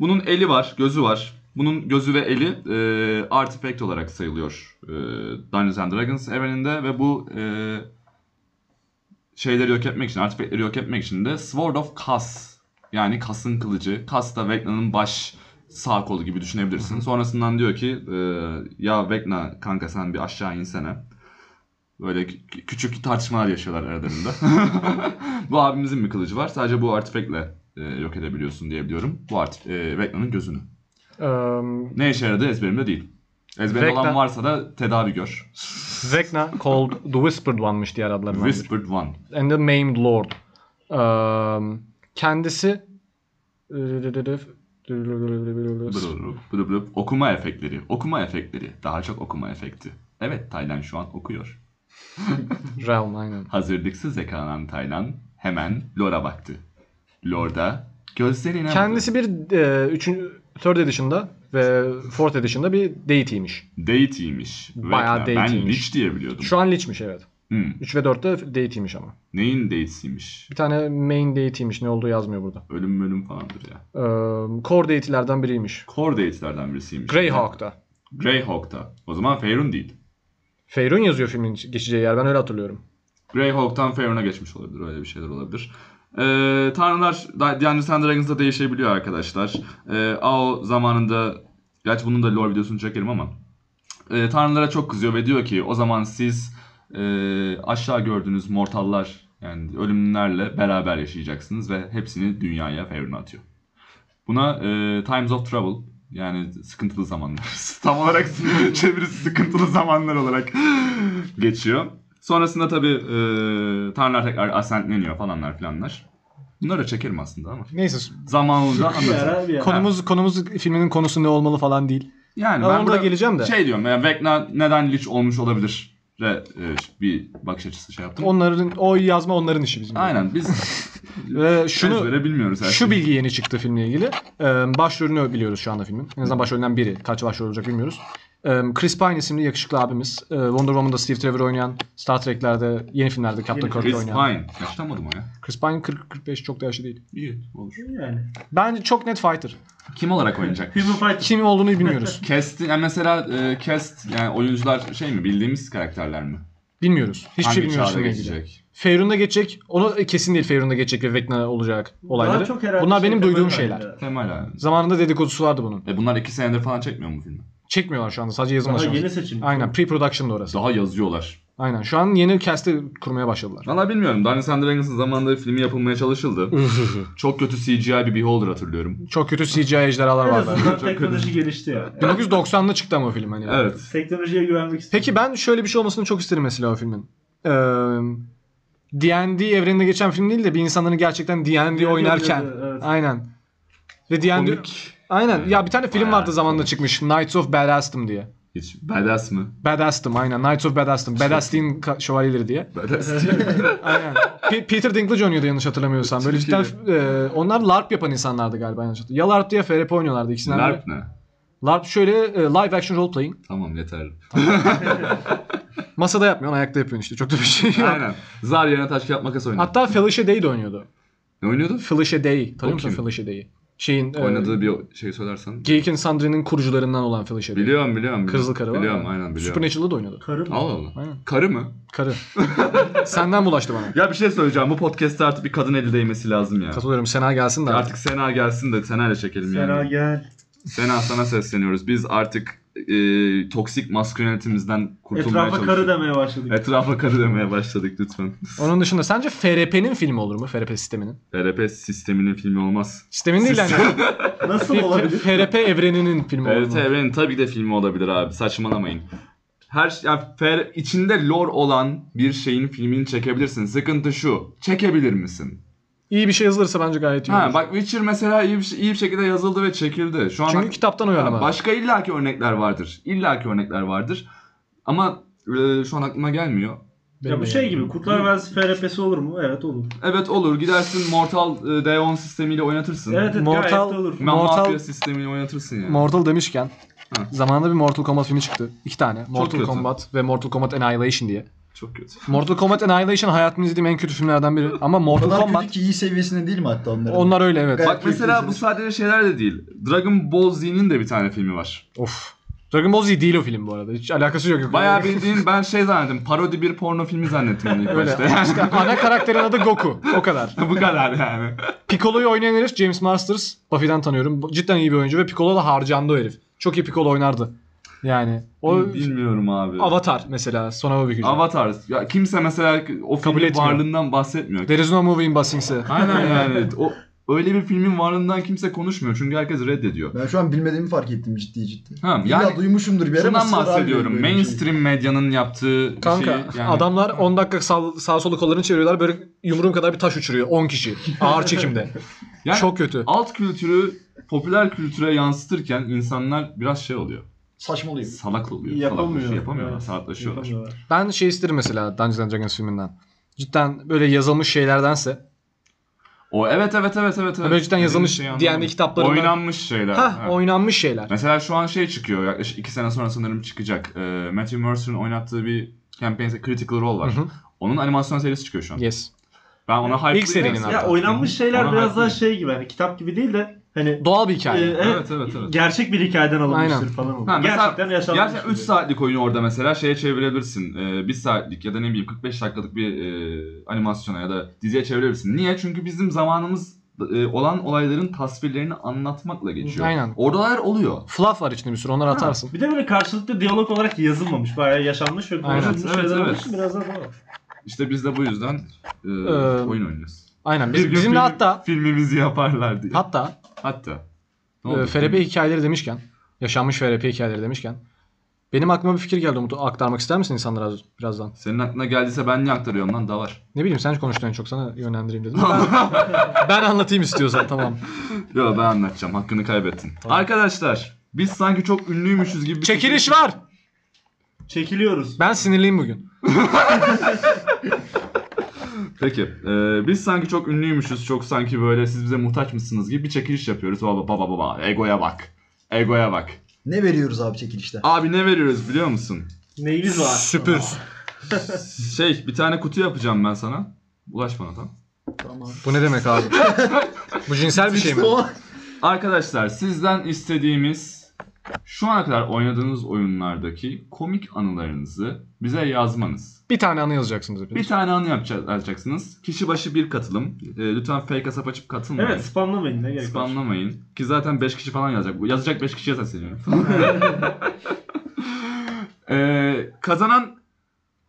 Speaker 1: Bunun eli var, gözü var. Bunun gözü ve eli e, artifact olarak sayılıyor e, Dungeons and Dragons evreninde ve bu e, şeyleri yok etmek için, artifactleri yok etmek için de Sword of Kas yani Kas'ın kılıcı. Kas da Vecna'nın baş sağ kolu gibi düşünebilirsin. Sonrasından diyor ki e, ya Vecna kanka sen bir aşağı insene. Böyle kü- küçük tartışmalar yaşıyorlar aralarında. bu abimizin bir kılıcı var. Sadece bu artifactle e, yok edebiliyorsun diye biliyorum. Bu artık e, Vecna'nın gözünü.
Speaker 2: Ee,
Speaker 1: Ne işe yaradığı ezberimde değil. Ezberinde
Speaker 2: Vecna-
Speaker 1: olan varsa da tedavi gör.
Speaker 2: Vecna called the Whispered One'mış diye aradılar.
Speaker 1: Whispered One.
Speaker 2: and the Maimed Lord. Ee, Eee, kendisi
Speaker 1: Blup, blup, blup, blup. Okuma efektleri. Okuma efektleri. Daha çok okuma efekti. Evet Taylan şu an okuyor.
Speaker 2: Realm aynen.
Speaker 1: Hazırlıksız yakalanan Taylan hemen Lora baktı. Lorda gözlerine
Speaker 2: Kendisi bir e, üçün, third edition'da ve fourth edition'da bir deity'ymiş.
Speaker 1: Deity'ymiş. Ve
Speaker 2: Bayağı
Speaker 1: Ben
Speaker 2: deity'ymiş.
Speaker 1: Lich diye biliyordum.
Speaker 2: Şu an lich'miş evet.
Speaker 1: Hmm,
Speaker 2: 3 ve 4'te deity'ymiş ama.
Speaker 1: Neyin deity'ymiş?
Speaker 2: Bir tane main deity'ymiş ne olduğu yazmıyor burada.
Speaker 1: Ölüm ölüm falandır ya.
Speaker 2: Eee core deity'lerden biriymiş.
Speaker 1: Core deity'lerden birisiymiş.
Speaker 2: Greyhawk'ta.
Speaker 1: Greyhawk'ta. O zaman Faerun değil.
Speaker 2: Feyrun yazıyor filmin geçeceği yer ben öyle hatırlıyorum.
Speaker 1: Greyhawk'tan Faerun'a geçmiş olabilir. Öyle bir şeyler olabilir. Ee, tanrılar Da- Dungeons and Dragons'da değişebiliyor arkadaşlar. Ee, AO zamanında gerçi bunun da lore videosunu çekelim ama ee, tanrılara çok kızıyor ve diyor ki o zaman siz ee, aşağı gördüğünüz mortallar yani ölümlerle beraber yaşayacaksınız ve hepsini dünyaya Faerun'a atıyor. Buna ee, Times of Trouble yani sıkıntılı zamanlar. Tam olarak çevirisi sıkıntılı zamanlar olarak geçiyor. Sonrasında tabii e, Tanrılar tekrar asentleniyor falanlar filanlar. Bunları çekerim aslında ama.
Speaker 2: Neyse
Speaker 1: Zamanında
Speaker 3: Bir
Speaker 1: anlatırım.
Speaker 3: ara bir ara.
Speaker 2: konumuz konumuz filminin konusu ne olmalı falan değil.
Speaker 1: Yani
Speaker 2: Ben
Speaker 1: ben
Speaker 2: orada
Speaker 1: burada
Speaker 2: geleceğim de.
Speaker 1: şey diyorum. Yani Vecna neden Lich olmuş olabilir? Re, e, bir bakış açısı şey yaptım.
Speaker 2: Onların o yazma onların işi bizim.
Speaker 1: Aynen biz
Speaker 2: Ve şunu
Speaker 1: ezbere bilmiyoruz her
Speaker 2: Şu
Speaker 1: şeyi.
Speaker 2: bilgi yeni çıktı filmle ilgili. Ee, başrolünü biliyoruz şu anda filmin. En azından başrolünden biri. Kaç başrol olacak bilmiyoruz. Ee, Chris Pine isimli yakışıklı abimiz. Ee, Wonder Woman'da Steve Trevor oynayan, Star Trek'lerde, yeni filmlerde Captain
Speaker 3: Yeni
Speaker 2: Kirk'te
Speaker 1: Chris
Speaker 2: oynayan.
Speaker 1: Pine. Yaşlanmadı mı o ya?
Speaker 2: Chris Pine 40-45 çok da yaşlı değil.
Speaker 1: İyi olur.
Speaker 3: Yani.
Speaker 2: Bence çok net fighter.
Speaker 1: Kim olarak oynayacak?
Speaker 3: Human Fight
Speaker 2: Kim olduğunu bilmiyoruz.
Speaker 1: Cast, yani mesela e, cast yani oyuncular şey mi bildiğimiz karakterler mi?
Speaker 2: bilmiyoruz. Hiçbir şey
Speaker 1: Hangi
Speaker 2: bilmiyoruz
Speaker 1: çağda
Speaker 2: filmle ilgili.
Speaker 1: geçecek?
Speaker 2: Feyrun'da geçecek. Onu e, kesin değil Feyrun'da geçecek ve Vecna olacak olayları. Bunlar şey
Speaker 3: şey
Speaker 2: benim duyduğum şeyler.
Speaker 1: Temel abi.
Speaker 2: Zamanında dedikodusu vardı bunun.
Speaker 1: E bunlar iki senedir falan çekmiyor mu filmi?
Speaker 2: Çekmiyorlar şu anda. Sadece yazım
Speaker 3: Daha
Speaker 2: aşaması.
Speaker 3: yeni seçim.
Speaker 2: Aynen. Pre-production'da orası.
Speaker 1: Daha yazıyorlar.
Speaker 2: Aynen. Şu an yeni cast'i kurmaya başladılar.
Speaker 1: Valla bilmiyorum. Dungeons and Dragons'ın zamanında filmi yapılmaya çalışıldı. Çok kötü CGI bir Beholder hatırlıyorum.
Speaker 2: Çok kötü CGI ejderhalar
Speaker 3: En
Speaker 2: var bende.
Speaker 3: azından
Speaker 1: Çok
Speaker 3: teknoloji gelişti ya.
Speaker 2: 1990'da çıktı ama o film hani.
Speaker 1: Evet.
Speaker 3: Teknolojiye güvenmek istedim.
Speaker 2: Peki ben şöyle bir şey olmasını çok isterim mesela o filmin. Ee, D&D evreninde geçen film değil de bir insanların gerçekten D&D oynarken.
Speaker 3: Evet.
Speaker 2: Aynen. Ve D&D...
Speaker 1: Komik.
Speaker 2: Aynen. Ya bir tane film
Speaker 1: Bayağı
Speaker 2: vardı zamanında çıkmış. Knights of Badass'tım diye.
Speaker 1: Hiç badass mı?
Speaker 2: Badass'tım aynen. Knights of Badass'tım. Badass'liğin ka- şövalyeleri diye.
Speaker 1: Badass.
Speaker 2: Aynen. Pe- Peter Dinklage oynuyordu yanlış hatırlamıyorsam. Böyle cidden e, onlar LARP yapan insanlardı galiba yanlış hatırlamıyorum. Ya LARP ya FRP oynuyorlardı ikisinden. biri.
Speaker 1: Larp ne?
Speaker 2: LARP şöyle e, live action role playing.
Speaker 1: Tamam yeter.
Speaker 2: Masada yapmıyorsun, ayakta yapıyorsun işte. Çok da bir şey yok.
Speaker 1: Aynen. Zar yerine taş kağıt makas oynadı.
Speaker 2: Hatta Felicia Day de oynuyordu.
Speaker 1: Ne oynuyordu?
Speaker 2: Felicia Day. Tanıyor
Speaker 1: O
Speaker 2: musun
Speaker 1: kim?
Speaker 2: Felicia Day'i? Şeyin e,
Speaker 1: Oynadığı bir şey söylersen.
Speaker 2: Geek and Sundry'nin kurucularından olan Felicia Day.
Speaker 1: Biliyorum biliyorum.
Speaker 2: Kızıl karı var. ya.
Speaker 1: Biliyorum aynen biliyorum.
Speaker 2: Supernatural'da da oynuyordu.
Speaker 3: Karı mı?
Speaker 1: Allah Allah.
Speaker 2: Aynen.
Speaker 1: Karı mı?
Speaker 2: Karı. Senden bulaştı bana.
Speaker 1: Ya bir şey söyleyeceğim. Bu podcast'te artık bir kadın eli değmesi lazım ya.
Speaker 2: Katılıyorum. Sena gelsin de.
Speaker 1: Artık Sena gelsin de Sena ile çekelim yani.
Speaker 3: Sena gel.
Speaker 1: Sena sana sesleniyoruz. Biz artık e, toksik maskülinitemizden kurtulmaya
Speaker 3: Etrafa karı
Speaker 1: çalışıyoruz.
Speaker 3: demeye başladık.
Speaker 1: Etrafa karı demeye başladık lütfen.
Speaker 2: Onun dışında sence FRP'nin filmi olur mu? FRP sisteminin.
Speaker 1: RP sisteminin filmi olmaz.
Speaker 2: Sistemin değil yani.
Speaker 3: Nasıl
Speaker 2: Bir
Speaker 3: olabilir?
Speaker 2: FRP evreninin filmi olur
Speaker 1: RT
Speaker 2: mu?
Speaker 1: evrenin tabii ki de filmi olabilir abi. Saçmalamayın. Her şey- yani fer- içinde lore olan bir şeyin filmini çekebilirsin. Sıkıntı şu. Çekebilir misin?
Speaker 2: İyi bir şey yazılırsa bence gayet iyi
Speaker 1: Ha
Speaker 2: olur.
Speaker 1: bak Witcher mesela iyi bir, şey- iyi bir şekilde yazıldı ve çekildi. Şu an
Speaker 2: Çünkü kitaptan uyarlama.
Speaker 1: Ha, başka illaki örnekler vardır. İllaki örnekler vardır. Ama e, şu an aklıma gelmiyor.
Speaker 2: Benim
Speaker 3: Ya bu
Speaker 2: de
Speaker 3: şey
Speaker 2: yani.
Speaker 3: gibi Kurtlar Vadisi FRP'si olur mu? Evet olur.
Speaker 1: Evet olur. Gidersin Mortal e, D10 sistemiyle oynatırsın.
Speaker 3: Evet evet gayet de
Speaker 2: Mortal-
Speaker 3: olur.
Speaker 1: Ma-
Speaker 2: Mortal-
Speaker 1: Mafya sistemiyle oynatırsın yani.
Speaker 2: Mortal demişken
Speaker 1: Ha.
Speaker 2: zamanında bir Mortal Kombat filmi çıktı. İki tane. Mortal
Speaker 1: kötü.
Speaker 2: Kombat ve Mortal Kombat Annihilation diye.
Speaker 1: Çok kötü.
Speaker 2: Mortal Kombat Annihilation hayatımda izlediğim en kötü filmlerden biri. Ama
Speaker 4: O
Speaker 2: Mortal
Speaker 4: kadar kötü
Speaker 2: Kombat
Speaker 4: ki iyi seviyesinde değil mi hatta onların?
Speaker 2: onlar öyle evet.
Speaker 4: Gayet-
Speaker 1: Bak mesela bu sadece şeyler de değil. Dragon Ball Z'nin de bir tane filmi var.
Speaker 2: Of. Dragon Ball Z değil o film bu arada. Hiç alakası yok. yok.
Speaker 1: Bayağı bildiğin ben şey zannettim. Parodi bir porno filmi zannettim onu ilk
Speaker 2: öyle.
Speaker 1: başta.
Speaker 2: İşte ana karakterin adı Goku. O kadar.
Speaker 1: Bu kadar yani.
Speaker 2: Piccolo'yu oynayan herif James Masters. Buffy'den tanıyorum. Cidden iyi bir oyuncu ve Piccolo da harcandı o herif. Çok iyi Piccolo oynardı. Yani. O
Speaker 1: Bilmiyorum abi.
Speaker 2: Avatar mesela. Sona Büyük
Speaker 1: Avatar. Ya kimse mesela o
Speaker 2: Kabul
Speaker 1: filmin
Speaker 2: etmiyor.
Speaker 1: varlığından bahsetmiyor.
Speaker 2: There is no movie in Basingse.
Speaker 1: Aynen yani. O öyle bir filmin varlığından kimse konuşmuyor. Çünkü herkes reddediyor.
Speaker 4: Ben şu an bilmediğimi fark ettim ciddi ciddi.
Speaker 1: Ha,
Speaker 4: Yani,
Speaker 1: yani
Speaker 4: duymuşumdur bir yere ama
Speaker 1: şundan
Speaker 4: sıfır
Speaker 1: bahsediyorum.
Speaker 4: almıyorum böyle bir şey.
Speaker 1: Mainstream medyanın yaptığı
Speaker 2: Kanka
Speaker 1: şeyi şey, yani-
Speaker 2: adamlar 10 dakika sağ, sağ solu kollarını çeviriyorlar böyle yumruğum kadar bir taş uçuruyor 10 kişi ağır çekimde.
Speaker 1: Yani
Speaker 2: Çok kötü.
Speaker 1: alt kültürü popüler kültüre yansıtırken insanlar biraz şey oluyor.
Speaker 4: Saçmalıyor.
Speaker 1: Salak şey oluyor.
Speaker 3: Yapamıyor.
Speaker 1: Salaklaşıyor, yapamıyorlar.
Speaker 3: Evet.
Speaker 1: Salatlaşıyorlar.
Speaker 3: Yapamıyorlar.
Speaker 2: Ben şey isterim mesela Dungeons and Dragons filminden. Cidden böyle yazılmış şeylerdense.
Speaker 1: O evet evet evet evet. evet.
Speaker 2: Böyle cidden yazılmış
Speaker 1: Dediğim
Speaker 2: D&D
Speaker 1: anlamadım.
Speaker 2: kitaplarından-
Speaker 1: Oynanmış şeyler.
Speaker 2: Hah
Speaker 1: evet.
Speaker 2: oynanmış şeyler.
Speaker 1: Mesela şu an şey çıkıyor. Yaklaşık iki sene sonra sanırım çıkacak. Ee, Matthew Mercer'ın oynattığı bir campaign Critical Role var.
Speaker 2: Hı hı.
Speaker 1: Onun animasyon serisi çıkıyor şu an.
Speaker 2: Yes.
Speaker 1: Ben ona hype'lıyım.
Speaker 2: İlk serinin
Speaker 1: mesela.
Speaker 2: abi.
Speaker 3: Ya oynanmış şeyler
Speaker 1: Ona
Speaker 3: biraz daha
Speaker 1: haklıyım.
Speaker 3: şey gibi hani kitap gibi değil de hani
Speaker 2: Doğal bir hikaye.
Speaker 3: e,
Speaker 1: Evet evet evet.
Speaker 3: gerçek bir hikayeden alınmıştır
Speaker 2: Aynen.
Speaker 3: falan olur.
Speaker 1: Ha, mesela-
Speaker 3: gerçekten yaşanmış.
Speaker 1: Gerçekten 3
Speaker 3: gibi.
Speaker 1: saatlik oyunu orada mesela şeye çevirebilirsin. Ee, 1 saatlik ya da ne bileyim 45 dakikalık bir e, animasyona ya da diziye çevirebilirsin. Niye? Çünkü bizim zamanımız e, olan olayların tasvirlerini anlatmakla geçiyor.
Speaker 2: Aynen.
Speaker 1: Oradalar oluyor.
Speaker 2: Fluff var içinde bir sürü onları atarsın.
Speaker 3: Bir de böyle karşılıklı diyalog olarak yazılmamış. Bayağı yaşanmış ve
Speaker 2: Aynen.
Speaker 3: konuşulmuş
Speaker 1: Evet,
Speaker 3: şeyler
Speaker 1: evet.
Speaker 3: olduğu için biraz daha doğal.
Speaker 1: İşte biz de bu yüzden e, oyun oynuyoruz.
Speaker 2: Aynen.
Speaker 1: Bir
Speaker 2: Ee, Biz,
Speaker 1: gün
Speaker 2: bizimle
Speaker 1: film-
Speaker 2: hatta
Speaker 1: filmimizi yaparlar diye.
Speaker 2: hatta
Speaker 1: Hatta. Ne
Speaker 2: e,
Speaker 1: oldu?
Speaker 2: FRP hikayeleri demişken yaşanmış FRP hikayeleri demişken benim aklıma bir fikir geldi Umut. Aktarmak ister misin insanlara az- birazdan?
Speaker 1: Senin aklına geldiyse ben niye aktarıyorum lan da var.
Speaker 2: Ne bileyim sen konuştun en çok sana yönlendireyim dedim. Ben, ben anlatayım istiyorsan tamam.
Speaker 1: Yo ben anlatacağım hakkını kaybettin.
Speaker 2: Tamam.
Speaker 1: Arkadaşlar biz sanki çok ünlüymüşüz gibi. bir-
Speaker 2: Çekiliş var.
Speaker 3: Çekiliyoruz.
Speaker 2: Ben sinirliyim bugün.
Speaker 1: Peki e, biz sanki çok ünlüymüşüz çok sanki böyle siz bize muhtaç mısınız gibi bir çekiliş yapıyoruz. Baba baba baba egoya bak. Egoya bak.
Speaker 4: Ne veriyoruz abi çekilişte?
Speaker 1: Abi ne veriyoruz biliyor musun?
Speaker 3: Neyimiz var?
Speaker 2: Süpürs.
Speaker 1: Şey bir tane kutu yapacağım ben sana. Ulaş bana tamam.
Speaker 4: Tamam.
Speaker 2: Bu ne demek abi? Bu cinsel bir şey mi?
Speaker 4: İşte o.
Speaker 1: Arkadaşlar sizden istediğimiz şu ana kadar oynadığınız oyunlardaki komik anılarınızı bize yazmanız.
Speaker 2: Bir tane anı yazacaksınız hepiniz.
Speaker 1: Bir tane anı yapacağız, yapacaksınız. Kişi başı bir katılım. E, lütfen fake hesap açıp katılmayın.
Speaker 3: Evet spamlamayın ne gerek var.
Speaker 1: Spamlamayın. Ki zaten 5 kişi falan yazacak. Bu Yazacak 5 kişiye sesleniyorum. E, kazanan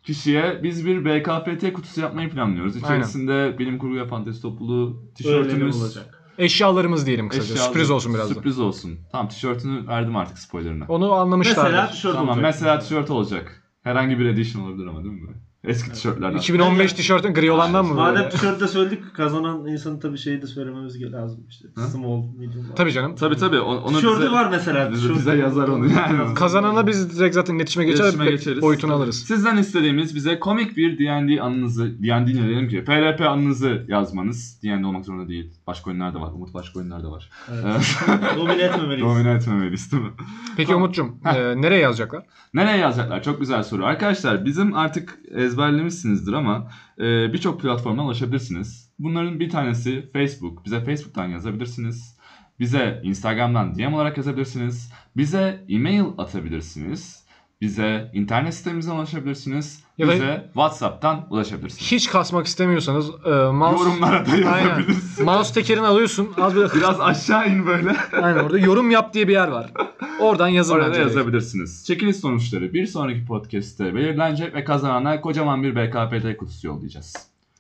Speaker 1: kişiye biz bir BKFT kutusu yapmayı planlıyoruz. İçerisinde bilim kurgu yapan test topluluğu,
Speaker 3: Öyle
Speaker 1: tişörtümüz,
Speaker 3: olacak.
Speaker 2: Eşyalarımız diyelim kısaca.
Speaker 1: eşyalı-
Speaker 2: Sürpriz olsun biraz da.
Speaker 1: Sürpriz olsun. Tamam tişörtünü verdim artık spoilerına.
Speaker 2: Onu anlamışlar.
Speaker 3: Mesela tişört
Speaker 1: tamam
Speaker 3: olacak.
Speaker 1: mesela tişört olacak. Herhangi bir edition olabilir ama değil mi? Eski tişörtlerden.
Speaker 2: 2015 tişörtün gri olandan mı?
Speaker 3: Madem
Speaker 2: Madem...
Speaker 3: tişörtü de söyledik kazanan insanın tabii şeyi de söylememiz lazım işte.
Speaker 1: Hı?
Speaker 3: Small, medium. large.
Speaker 2: Tabii canım.
Speaker 1: Tabii tabii. on- Onu
Speaker 3: Tişörtü
Speaker 1: bize-
Speaker 3: var mesela.
Speaker 1: bize-
Speaker 3: tişörtü.
Speaker 1: bize yazar onu yani.
Speaker 2: Kazanana biz direkt zaten iletişime geçer.
Speaker 1: İletişime
Speaker 2: pe-
Speaker 1: geçeriz.
Speaker 2: Boyutunu alırız.
Speaker 1: Sizden istediğimiz bize komik bir D&D anınızı, D&D ne dedim ki? PRP anınızı yazmanız. D&D olmak zorunda değil. Başka oyunlar da var. Umut başka oyunlar da var.
Speaker 3: Evet. Domine etmemeliyiz.
Speaker 1: Domine etmemeliyiz değil mi?
Speaker 2: Peki
Speaker 1: Tamam.
Speaker 2: Umut'cum e, nereye yazacaklar?
Speaker 1: Nereye yazacaklar? Çok güzel soru. Arkadaşlar bizim artık ezberlemişsinizdir ama e, birçok platformdan ulaşabilirsiniz. Bunların bir tanesi Facebook. Bize Facebook'tan yazabilirsiniz. Bize Instagram'dan DM olarak yazabilirsiniz. Bize e-mail atabilirsiniz. Bize internet sitemizden ulaşabilirsiniz.
Speaker 2: Ya da-
Speaker 1: Bize WhatsApp'tan ulaşabilirsiniz.
Speaker 2: Hiç kasmak istemiyorsanız e, mouse,
Speaker 1: Yorumlara da
Speaker 2: Aynen.
Speaker 1: yazabilirsiniz.
Speaker 2: mouse tekerini alıyorsun. Az bir
Speaker 1: Biraz aşağı in böyle.
Speaker 2: Aynen orada yorum yap diye bir yer var. Oradan yazın.
Speaker 1: Orada
Speaker 2: bence direkt.
Speaker 1: yazabilirsiniz. Çekiliş sonuçları bir sonraki podcast'te belirlenecek ve kazanana kocaman bir BKPT kutusu yollayacağız.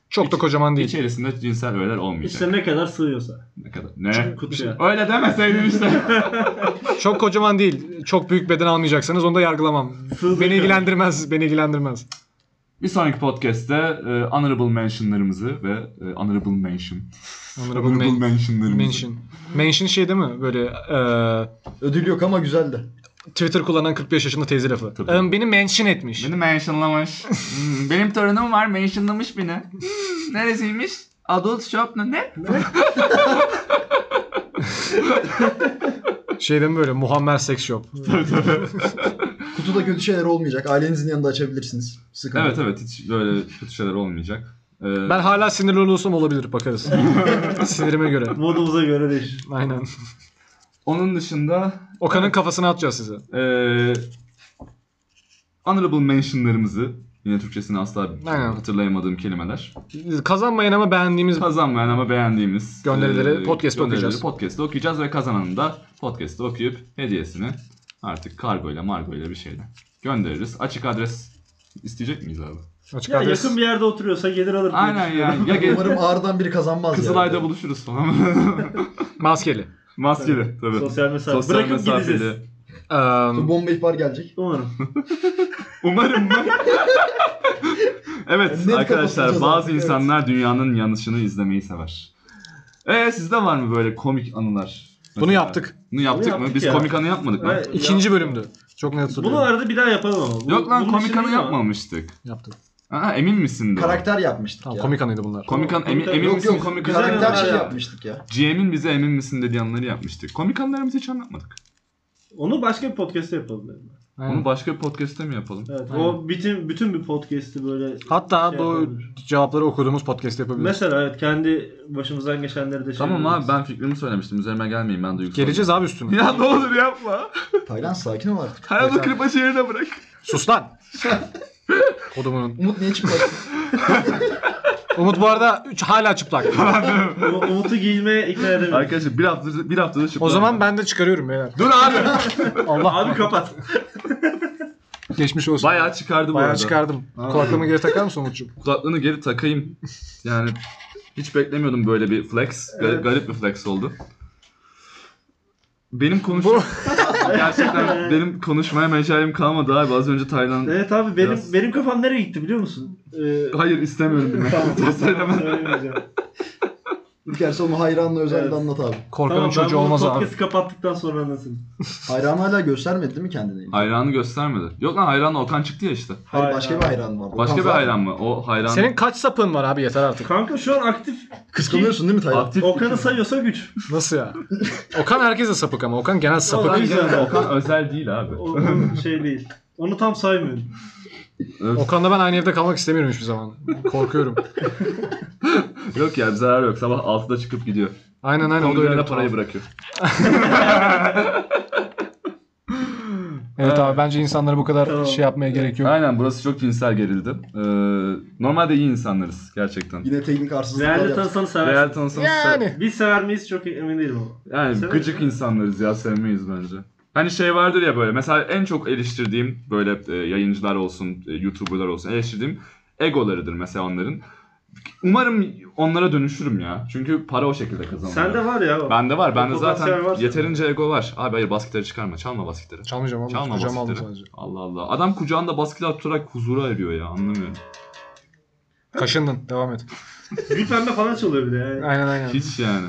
Speaker 2: Çok da kocaman değil.
Speaker 1: İçerisinde cinsel öğeler olmayacak.
Speaker 3: İşte ne kadar sığıyorsa.
Speaker 1: ne kadar? Ne?
Speaker 3: Kutuya.
Speaker 1: Öyle demeseydin işte.
Speaker 2: Çok kocaman değil. Çok büyük beden almayacaksanız onu da yargılamam.
Speaker 3: Sığdığı
Speaker 2: Beni
Speaker 3: kadar.
Speaker 2: ilgilendirmez. Beni ilgilendirmez.
Speaker 1: bir sonraki podcast'te e, honorable mentionlarımızı ve e, honorable mention.
Speaker 2: Onlara bu
Speaker 1: Honorable
Speaker 2: men-
Speaker 1: mentionlarımızı.
Speaker 2: mention. Mention şey değil mi? Böyle e,
Speaker 4: Ödül yok ama güzel de.
Speaker 2: Twitter kullanan 45 yaşında teyze lafı.
Speaker 1: Tabii.
Speaker 2: E, beni mention etmiş.
Speaker 1: Beni mentionlamış. Hmm, Benim torunum var mentionlamış beni. Hmm, Neresiymiş? Adult shop ne? Ne?
Speaker 2: Şey değil mi böyle Muhammed Sex Shop.
Speaker 4: Kutuda kötü şeyler olmayacak. Ailenizin yanında açabilirsiniz. Sıkıntı.
Speaker 1: Evet
Speaker 4: yok.
Speaker 1: evet hiç böyle kötü şeyler olmayacak. Ee,
Speaker 2: Ben hala sinirli olursam olabilir bakarız. Sinirime göre.
Speaker 3: Modumuza göre değişir.
Speaker 2: Aynen.
Speaker 1: Onun dışında
Speaker 2: Okan'ın kafasını atacağız size.
Speaker 1: eee honorable mentionlarımızı yine Türkçesini asla
Speaker 2: Aynen.
Speaker 1: hatırlayamadığım kelimeler.
Speaker 2: Kazanmayan ama beğendiğimiz
Speaker 1: Kazanmayan ama beğendiğimiz
Speaker 2: Gönderileri
Speaker 1: eee,
Speaker 2: podcast'te okuyacağız.
Speaker 1: Podcast'te okuyacağız ve kazananın da podcast'te okuyup hediyesini artık kargoyla margoyla bir şeyle göndeririz. Açık adres isteyecek miyiz abi?
Speaker 2: Açık
Speaker 3: Ya
Speaker 2: adres.
Speaker 3: yakın bir yerde oturuyorsa gelir alır. diye
Speaker 1: Aynen
Speaker 3: düşünüyorum.
Speaker 1: yani. Ya gel-
Speaker 4: Umarım ağrıdan biri kazanmaz.
Speaker 1: Kızılay'da
Speaker 4: yani.
Speaker 1: buluşuruz falan.
Speaker 2: Maskeli.
Speaker 1: Maskeli tabii.
Speaker 3: Sosyal mesafe.
Speaker 1: Sosyal
Speaker 3: Bırakıp
Speaker 1: mesafeli.
Speaker 3: gideceğiz.
Speaker 2: Eee,
Speaker 4: Bu bomba ihbar gelecek.
Speaker 3: Umarım.
Speaker 1: Umarım mı? evet
Speaker 4: Net
Speaker 1: arkadaşlar
Speaker 4: kapatacağız
Speaker 1: bazı
Speaker 4: artık,
Speaker 1: insanlar dünyanın yanlışını izlemeyi sever. Ee sizde var mı böyle komik anılar?
Speaker 2: bunu
Speaker 1: Mesela.
Speaker 2: yaptık.
Speaker 1: Bunu yaptık,
Speaker 3: Bunu
Speaker 1: mı?
Speaker 3: yaptık
Speaker 1: Biz
Speaker 3: ya.
Speaker 1: komik anı yapmadık mı?
Speaker 3: Evet, ya-
Speaker 2: İkinci bölümdü. Çok net
Speaker 3: Bunu
Speaker 2: hatırlıyorum.
Speaker 3: arada bir daha yapalım ama. Bu-
Speaker 1: Yok lan
Speaker 3: bunun
Speaker 1: komik
Speaker 3: için
Speaker 1: anı
Speaker 3: değil ama.
Speaker 1: yapmamıştık.
Speaker 2: Yaptık.
Speaker 1: Aa, emin misin? de?
Speaker 4: Karakter yapmıştık
Speaker 2: Tamam
Speaker 4: ya.
Speaker 2: komik anıydı bunlar.
Speaker 1: Komik an, emin,
Speaker 3: Komik-
Speaker 1: emin
Speaker 3: Yok,
Speaker 1: misin
Speaker 4: yok,
Speaker 1: komik
Speaker 3: güzel
Speaker 1: anı?
Speaker 4: Karakter
Speaker 3: anılar
Speaker 4: şey
Speaker 3: ya.
Speaker 4: yapmıştık ya.
Speaker 1: GM'in bize emin misin dediği anları yapmıştık. Komik anlarımızı hiç anlatmadık.
Speaker 3: Onu başka bir podcast'te yapalım. dedim ben.
Speaker 2: Aynen.
Speaker 1: Onu başka bir podcast'te mi yapalım?
Speaker 3: Evet.
Speaker 2: Aynen.
Speaker 3: O bütün bütün bir podcast'i böyle
Speaker 2: Hatta
Speaker 3: şey
Speaker 2: bu
Speaker 3: yapabilir.
Speaker 2: cevapları okuduğumuz podcast yapabiliriz.
Speaker 3: Mesela evet kendi başımızdan geçenleri de şey
Speaker 1: Tamam
Speaker 3: yapabiliriz.
Speaker 1: abi ben fikrimi söylemiştim. Üzerime gelmeyin ben duygusal.
Speaker 2: Geleceğiz abi üstüne.
Speaker 1: Ya ne olur yapma.
Speaker 4: Taylan sakin ol artık.
Speaker 1: Hayatı kırbaç yerine bırak.
Speaker 2: Sus lan. Kodumunun.
Speaker 4: Umut niye çıkmadı?
Speaker 2: Umut bu arada üç- hala çıplak.
Speaker 3: Um- Umut'u giyilmeye ikna edemiyorum.
Speaker 1: Arkadaşlar bir haftadır bir haftadır
Speaker 2: O
Speaker 1: şıklar.
Speaker 2: zaman ben de çıkarıyorum beyler.
Speaker 1: Dur abi.
Speaker 2: Allah
Speaker 3: Abi kapat.
Speaker 2: geçmiş olsun.
Speaker 1: Bayağı çıkardı bu
Speaker 2: Bayağı
Speaker 1: arada.
Speaker 2: çıkardım. Kulaklığımı geri takar mısın Umut'cum?
Speaker 1: Kulaklığını geri takayım. Yani hiç beklemiyordum böyle bir flex. Gar-
Speaker 3: Evet.
Speaker 1: Garip bir flex oldu. Benim konuşma gerçekten benim konuşmaya mecalim kalmadı abi. Az önce Taylan
Speaker 3: Evet abi benim
Speaker 1: Biraz-
Speaker 3: benim kafam nereye gitti biliyor musun? Ee,
Speaker 1: hayır istemiyorum demek.
Speaker 3: tamam.
Speaker 1: Bunu söyleme.
Speaker 3: Söylemeyeceğim.
Speaker 4: İlker sen onu hayranla özellikle
Speaker 3: Evet.
Speaker 4: anlat abi.
Speaker 2: Korkanın
Speaker 3: Tamam ben
Speaker 2: çocuğu
Speaker 3: bunu
Speaker 2: olmaz abi.
Speaker 3: podcast'ı kapattıktan sonra anlatayım.
Speaker 4: Hayranı hala göstermedi değil mi kendini?
Speaker 1: Hayranı göstermedi. Yok lan hayranla Okan çıktı ya işte.
Speaker 4: Hayır başka bir hayran var.
Speaker 1: Başka bir
Speaker 4: Okan
Speaker 1: hayran mı? O hayran
Speaker 2: Senin kaç sapın var abi yeter artık.
Speaker 3: Kanka şu an aktif
Speaker 4: zaten- Kıskanıyorsun değil mi Taylan?
Speaker 1: aktif şey.
Speaker 3: Okan'ı sayıyorsa güç.
Speaker 2: Nasıl ya? Okan herkese sapık ama. Okan genel sapık.
Speaker 3: Okan-
Speaker 1: Okan,
Speaker 3: Güzel.
Speaker 1: Okan özel değil abi.
Speaker 3: O, o şey değil. Onu tam saymıyorum.
Speaker 2: Okan'la ben aynı evde kalmak istemiyorum hiçbir zaman. Korkuyorum.
Speaker 1: Yok ya bir zarar yok. Sabah 6'da çıkıp gidiyor.
Speaker 2: Aynen aynen o da öyle.
Speaker 1: Kombilerine
Speaker 2: bir tuhaf.
Speaker 1: parayı bırakıyor.
Speaker 2: Evet abi bence insanlara bu kadar
Speaker 3: Tamam.
Speaker 2: şey yapmaya gerek yok.
Speaker 1: Aynen burası çok cinsel gerildi. Ee, normalde iyi insanlarız gerçekten.
Speaker 4: Yine teknik arsızlıklar
Speaker 3: Realde
Speaker 4: yaptı.
Speaker 3: tanısanız seversin.
Speaker 1: Real tanısanız yani,
Speaker 2: Yani.
Speaker 3: Biz sever miyiz çok emin değilim ama. Severiz.
Speaker 1: gıcık insanlarız ya sevmeyiz bence. Hani şey vardır ya böyle mesela en çok eleştirdiğim böyle e, yayıncılar olsun, e, youtuberlar olsun eleştirdiğim egolarıdır mesela onların. Umarım onlara dönüşürüm ya. Çünkü para o şekilde kazanılıyor.
Speaker 3: Sende var ya. o.
Speaker 1: Bende var. Bende
Speaker 3: Potansiyel var
Speaker 1: zaten
Speaker 3: sende.
Speaker 1: yeterince ego var. Abi hayır bas gitarı çıkarma. Çalma bas gitarı.
Speaker 2: Çalmayacağım abi.
Speaker 1: Çalma
Speaker 2: Kucağıma aldım
Speaker 1: basitleri.
Speaker 2: sadece.
Speaker 1: Allah Allah. Adam kucağında bas gitar tutarak huzura eriyor ya. Anlamıyorum.
Speaker 2: Kaşındın. Devam et.
Speaker 3: Gül pembe falan çalıyor bir de. Yani.
Speaker 2: Aynen aynen.
Speaker 1: Hiç yani.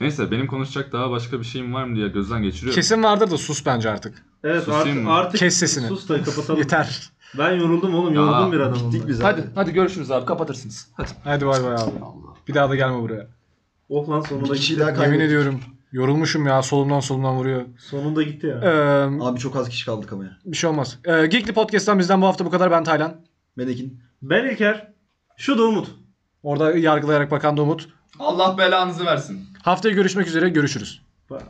Speaker 1: Neyse benim konuşacak daha başka bir şeyim var mı diye gözden geçiriyorum.
Speaker 2: Kesin vardır da sus bence artık.
Speaker 3: Evet
Speaker 1: Susayım
Speaker 3: artık,
Speaker 1: mı?
Speaker 3: artık
Speaker 2: Kes sesini.
Speaker 3: sus da kapatalım.
Speaker 2: Yeter.
Speaker 3: Ben yoruldum oğlum
Speaker 1: Ya,
Speaker 3: yoruldum bir adamım.
Speaker 4: Gittik
Speaker 3: ben.
Speaker 4: biz abi.
Speaker 1: Hadi hadi görüşürüz abi kapatırsınız. Hadi.
Speaker 2: Hadi bay bay abi.
Speaker 1: Allah.
Speaker 2: Bir daha da gelme buraya.
Speaker 3: Oh lan sonunda
Speaker 4: Bir kişi
Speaker 3: gitti.
Speaker 4: daha
Speaker 2: Yemin
Speaker 4: kaybettik.
Speaker 2: ediyorum. Yorulmuşum ya. Solumdan solumdan vuruyor.
Speaker 3: Sonunda gitti ya.
Speaker 2: Ee,
Speaker 4: Abi çok az kişi kaldık ama ya.
Speaker 2: bir şey olmaz. Ee, Geekli Podcast'tan bizden bu hafta bu kadar. Ben Taylan.
Speaker 4: Ben Ekin.
Speaker 3: Ben İlker. Şu da Umut.
Speaker 2: Orada yargılayarak bakan da Umut.
Speaker 1: Allah belanızı versin.
Speaker 2: Haftaya görüşmek üzere. Görüşürüz.
Speaker 3: Ba-